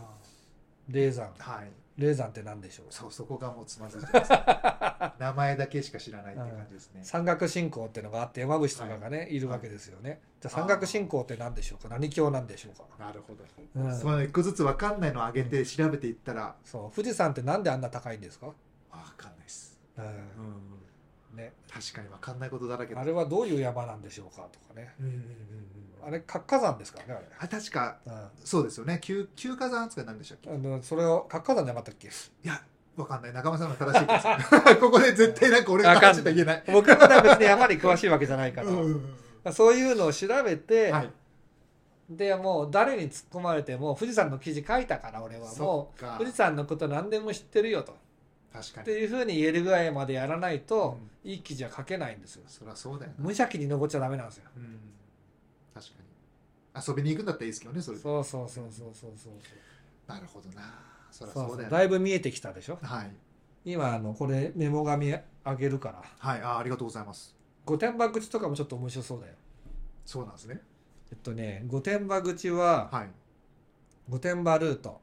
S2: 霊山
S1: はい
S2: 霊山って何でしょう
S1: そうそこがもうつまずいて ます、ね、名前だけしか知らないっていう感じですね、
S2: 山岳信仰ってのがあって山伏とかがね、い、るわけですよね、じゃあ山岳信仰って何でしょうか何教なんでしょうか、
S1: なるほど
S2: うん
S1: その一個ずつ分かんないのを上げて調べていったら
S2: そう富士山ってなんであんな高いんですか、
S1: 分かんないです、
S2: うんね、
S1: 確かに分かんないことだらけだ
S2: あれはどういう山なんでしょうかとかね
S1: うんうんうんうん
S2: あれ活火山ですからね
S1: あ確か
S2: あれ、
S1: そうですよね旧旧火山扱いなんでしたっけ
S2: うん、あのそれを活火山じゃなかったっけ
S1: いや分かんない中間さんが正しいですここで絶対なんか俺が正しいとは言えない
S2: 僕まだ別に山に詳しいわけじゃないから、
S1: うんうん
S2: そういうのを調べ
S1: う
S2: て、
S1: んはい
S2: でもう誰に突っ込まれても富士山の記事書いたから俺はも
S1: そっ
S2: う
S1: か
S2: 富士山のこと何でも知ってるよと
S1: 確か
S2: っ
S1: に
S2: ていうふうに言えるぐらいまでやらないと、
S1: うん
S2: いい記事は書けないんですよ
S1: そりゃそうだよね
S2: 無邪気に登っちゃダメなんですよ
S1: うん確かに遊びに行くんだったらいいですけどねそれ
S2: そうそうそうそうそうそう
S1: なるほどなそりゃ
S2: そう
S1: そうだよ
S2: だ
S1: ね
S2: いぶ見えてきたでしょ
S1: はい
S2: 今あのこれメモ紙あげるから
S1: はいあありがとうございます
S2: 御殿場口とかもちょっと面白そうだよ
S1: そうなんですね
S2: えっとね御殿場口は
S1: はい
S2: 御殿場ルート、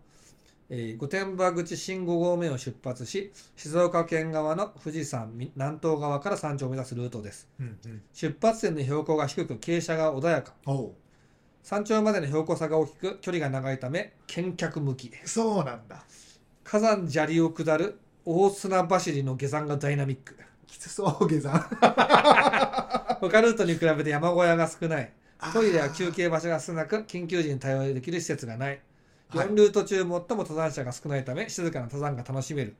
S2: えー御殿場口新5合目を出発し静岡県側の富士山み南東側から山頂を目指すルートです
S1: うんうん
S2: 出発点の標高が低く傾斜が穏やか
S1: おう
S2: 山頂までの標高差が大きく距離が長いため見客向き
S1: そうなんだ
S2: 火山砂利を下る大砂走りの下山がダイナミック
S1: きつそう下山
S2: 他ルートに比べて山小屋が少ないトイレや休
S1: 憩
S2: 憩場所が少なく緊急時に対応できる施設がない
S1: はい
S2: 4ルート中最も登山者が少ないため静かな登山が楽しめる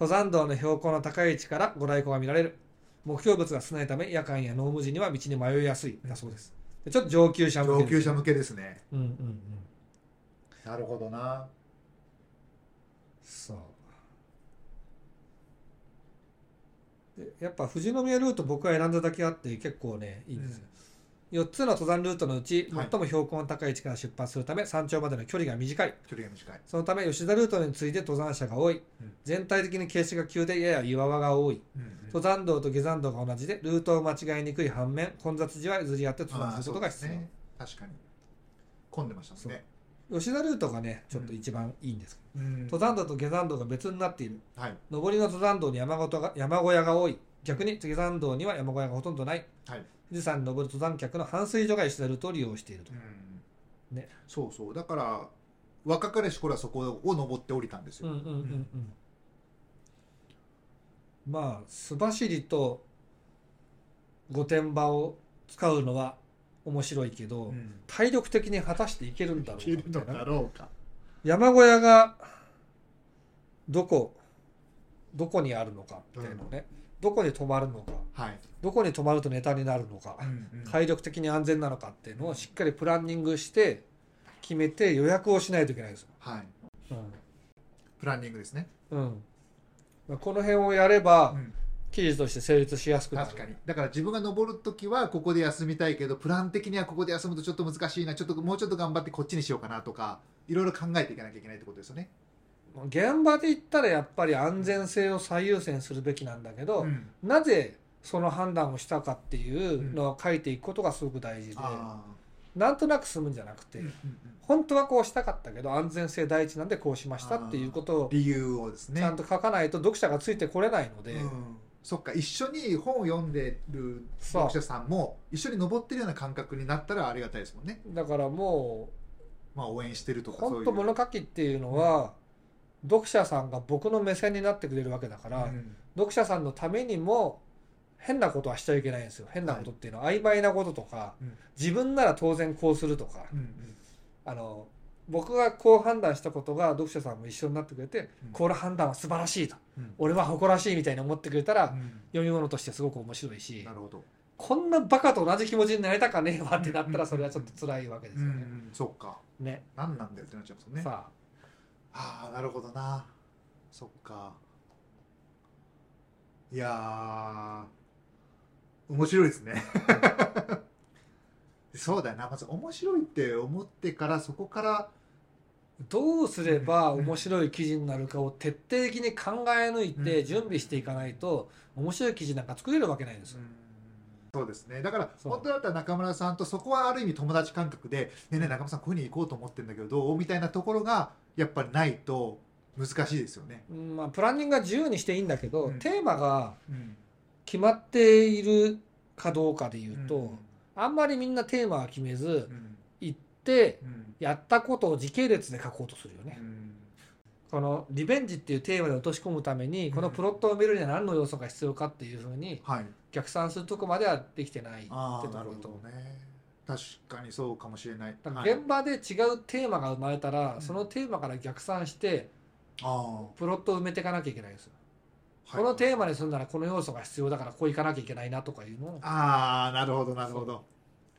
S2: 登山道の標高の高い位置からご来光が見られる目標物が少ないため夜間や濃霧時には道に迷いやすいだそうですでちょっと上級者向け
S1: 上級
S2: です
S1: 者
S2: ね
S1: 向けですね
S2: うんうんうん
S1: なるほどな
S2: そうでやっぱ富士宮ルート僕が選んだだけあって結構ねいいんですよ、4つの登山ルートのうち
S1: はい
S2: 最も標高の高い位置から出発するため、山頂までの距離が短い
S1: 距離が短い
S2: そのため吉田ルートに次いで登山者が多い、
S1: うん
S2: 全体的に傾斜が急でやや岩場が多い、
S1: うんうん
S2: 登山道と下山道が同じでルートを間違いにくい反面混雑時は譲り合って登
S1: あ
S2: 山
S1: あ
S2: す
S1: そ
S2: る
S1: うで
S2: ことが
S1: す
S2: 必要、
S1: ね確かに混んでましたもんね
S2: 吉田ルートがねちょっと一番いいんですけど、
S1: うん
S2: 登山道と下山道が別になっている
S1: はい
S2: 上りの登山道に山ごとが山小屋が多い逆に下山道には山小屋がほとんどない
S1: はい
S2: 富士山に登る登山客の半数以上が吉田ルートを利用していると、
S1: うん
S2: ね
S1: そうそうだから若かりし頃はそこを登って降りたんです
S2: うん
S1: よ
S2: うんうんうんまあ須走りと御殿場を使うのは面白いけど、
S1: うん
S2: 体力的に果たしていけるんだろうか
S1: いける
S2: みた
S1: の
S2: いな
S1: だろうか
S2: 山小屋がどこどこにあるのかみたいなね、どこに泊まるのか
S1: はい
S2: どこに泊まるとネタになるのか、体力的に安全なのかっていうのをしっかりプランニングして決めて予約をしないといけないんですよ。
S1: はい
S2: うん
S1: プランニングですね
S2: うんまあ、この辺をやれば
S1: うん
S2: 記事として成立しやすくなる
S1: 確かにだから自分が登る時はここで休みたいけどプラン的にはここで休むとちょっと難しいなちょっともうちょっと頑張ってこっちにしようかなとかいろいろ考えていかなきゃいけないってことですよね、
S2: まあ現場で言ったらやっぱり安全性を最優先するべきなんだけど、
S1: うん
S2: なぜその判断をしたかっていうのを書いていくことがすごく大事で、
S1: あ
S2: なんとなく済むんじゃなくて、
S1: ーうんうん
S2: 本当はこうしたかったけど安全性第一なんでこうしましたっていうこと
S1: うん
S2: を
S1: 理由をですね
S2: ちゃんと書かないと読者がついてこれないので、
S1: うんそっか一緒に本を読んでる
S2: そう
S1: 読者さんも一緒に登ってるような感覚になったらありがたいですもんね、
S2: だからもう
S1: まあ、応援してるとかそうい
S2: 本
S1: う
S2: 当物書きっていうのは、読者さんが僕の目線になってくれるわけだから、
S1: うん
S2: 読者さんのためにも変なことはしちゃいけないんですよ変なことっていうのは、曖昧なこととか
S1: うん
S2: 自分なら当然こうするとか、
S1: うんうん
S2: あの僕がこう判断したことが読者さんも一緒になってくれて、
S1: うん
S2: この判断は素晴らしいと
S1: うん
S2: 俺は誇らしいみたいに思ってくれたら、
S1: うん
S2: 読み物としてすごく面白いし
S1: なるほど、
S2: こんなバカと同じ気持ちになれたかねえわってなったらそれはちょっと辛いわけです
S1: うんう
S2: よね。
S1: ん、そっか
S2: ね
S1: 何なんだよってなっちゃいますもんね
S2: さ
S1: ああなるほどなそっかいやー面白いですね そうだよなまず面白いって思ってからそこから
S2: あどうすれば面白い記事になるかを徹底的に考え抜いて
S1: うん
S2: 準備していかないと面白い記事なんか作れるわけないんですよ。
S1: そうですねだから
S2: そう
S1: 本当だったら中村さんとそこはある意味友達感覚で「ねえねえ中村さんこういうふうに行こうと思ってるんだけどどう?」みたいなところがやっぱりないと難しいですよね。
S2: うんまあ、プランニングが自由にしていいんだけど、
S1: うん
S2: テーマが
S1: うん
S2: 決まっているかどうかで言うと、
S1: うん
S2: あんまりみんなテーマは決めず
S1: うん
S2: 行って
S1: うん
S2: やったことを時系列で書こうとするよね。この「リベンジ」っていうテーマで落とし込むためにこのプロットを埋めるには何の要素が必要かっていうふうに
S1: はい
S2: 逆算するとこまではできてないってと
S1: ああなる
S2: こ
S1: ほど
S2: と。
S1: ね確かにそうかもしれない
S2: だか
S1: は
S2: ら
S1: い
S2: 現場で違うテーマが生まれたら、
S1: うん
S2: そのテーマから逆算して
S1: あ
S2: プロットを埋めていかなきゃいけないんですよ、
S1: あ
S2: このテーマ
S1: で
S2: にするならこの要素が必要だからここ行かなきゃいけないなとかいうのを
S1: ああなるほどなるほど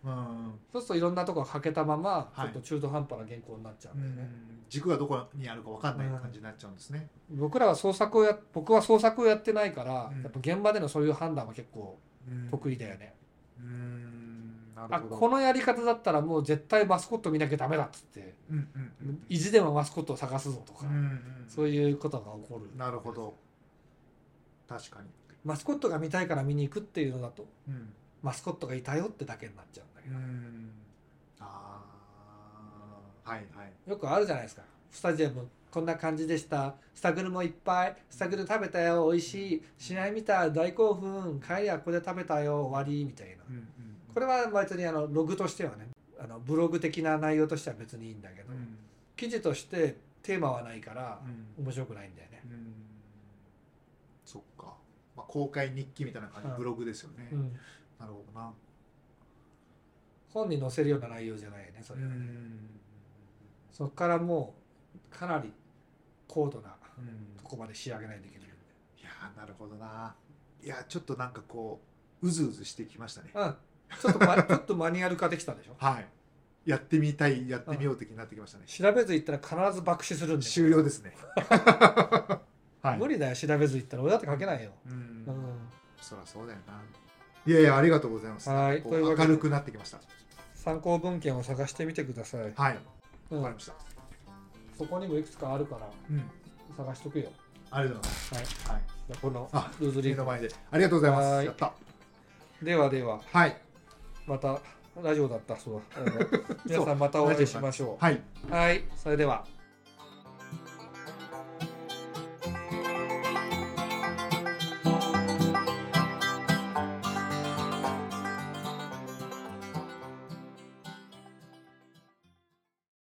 S1: うん、
S2: そうするといろんなとこが欠けたままち
S1: は
S2: ょ
S1: い
S2: っと中途半端な原稿になっちゃう
S1: うん
S2: でね、
S1: ん、軸がどこにあるか分かんない感じになっちゃうんですね、
S2: 僕らは創作をや僕は創作をやってないから、
S1: うん
S2: やっぱ現場でのそういう判断は結構
S1: うん
S2: 得意だよね、
S1: うんな
S2: あ
S1: るほど
S2: このやり方だったらもう絶対マスコット見なきゃダメだっつって
S1: うんうんうん
S2: 意地でもマスコットを探すぞとか、
S1: うんうん
S2: そういうことが起こる
S1: なるほど確かに、
S2: マスコットが見たいから見に行くっていうのだと
S1: うん
S2: マスコットがいたよってだけになっちゃうんだけ
S1: う
S2: ど、
S1: ん、ああはいはい
S2: よくあるじゃないですかスタジアムこんな感じでしたスタグルもいっぱいスタグル食べたよ美味しい試合見た大興奮帰りはここで食べたよ終わりみたいな
S1: うんうんうん
S2: これは別にあのログとしてはねあのブログ的な内容としては別にいいんだけど、
S1: うん
S2: 記事としてテーマはないから
S1: うん
S2: 面白くないんだよね、
S1: うんそっか、まあ、公開日記みたいな感じ、
S2: うん
S1: ブログですよね、
S2: うん
S1: なるほどな
S2: 本に載せるような内容じゃないよねそれはね、
S1: ん
S2: そこからもうかなり高度な
S1: うん
S2: とこまで仕上げないといけないんで
S1: いやーなるほどないやちょっとなんかこううずうずしてきましたね
S2: うんちょっとま ちょっとマニュアル化できたでしょ
S1: はいやってみたいやってみよう的になってきましたね、
S2: 調べず行ったら必ず爆死するんで
S1: 終了ですね はい
S2: 無理だよ調べず行ったら俺だって書けないよ、
S1: う
S2: うんん、
S1: そりゃそうだよないやいやありがとうございます
S2: はい
S1: こと
S2: いうわ
S1: う
S2: けで
S1: 明るくなってきました
S2: 参考文献を探してみてください、
S1: はい
S2: うん
S1: わかりました
S2: そこにもいくつかあるから
S1: うん
S2: 探しとくよ
S1: ありがとうござい
S2: はい
S1: ますはい
S2: じゃあこの
S1: あ
S2: ルーズリ
S1: 目
S2: ー
S1: の
S2: グ
S1: 前でありがとうございま
S2: はー
S1: す
S2: い
S1: やった
S2: ではでは
S1: はい
S2: またラジオだったそうだあの皆さんまたお会いしましょ
S1: はい。
S2: うはいそれでは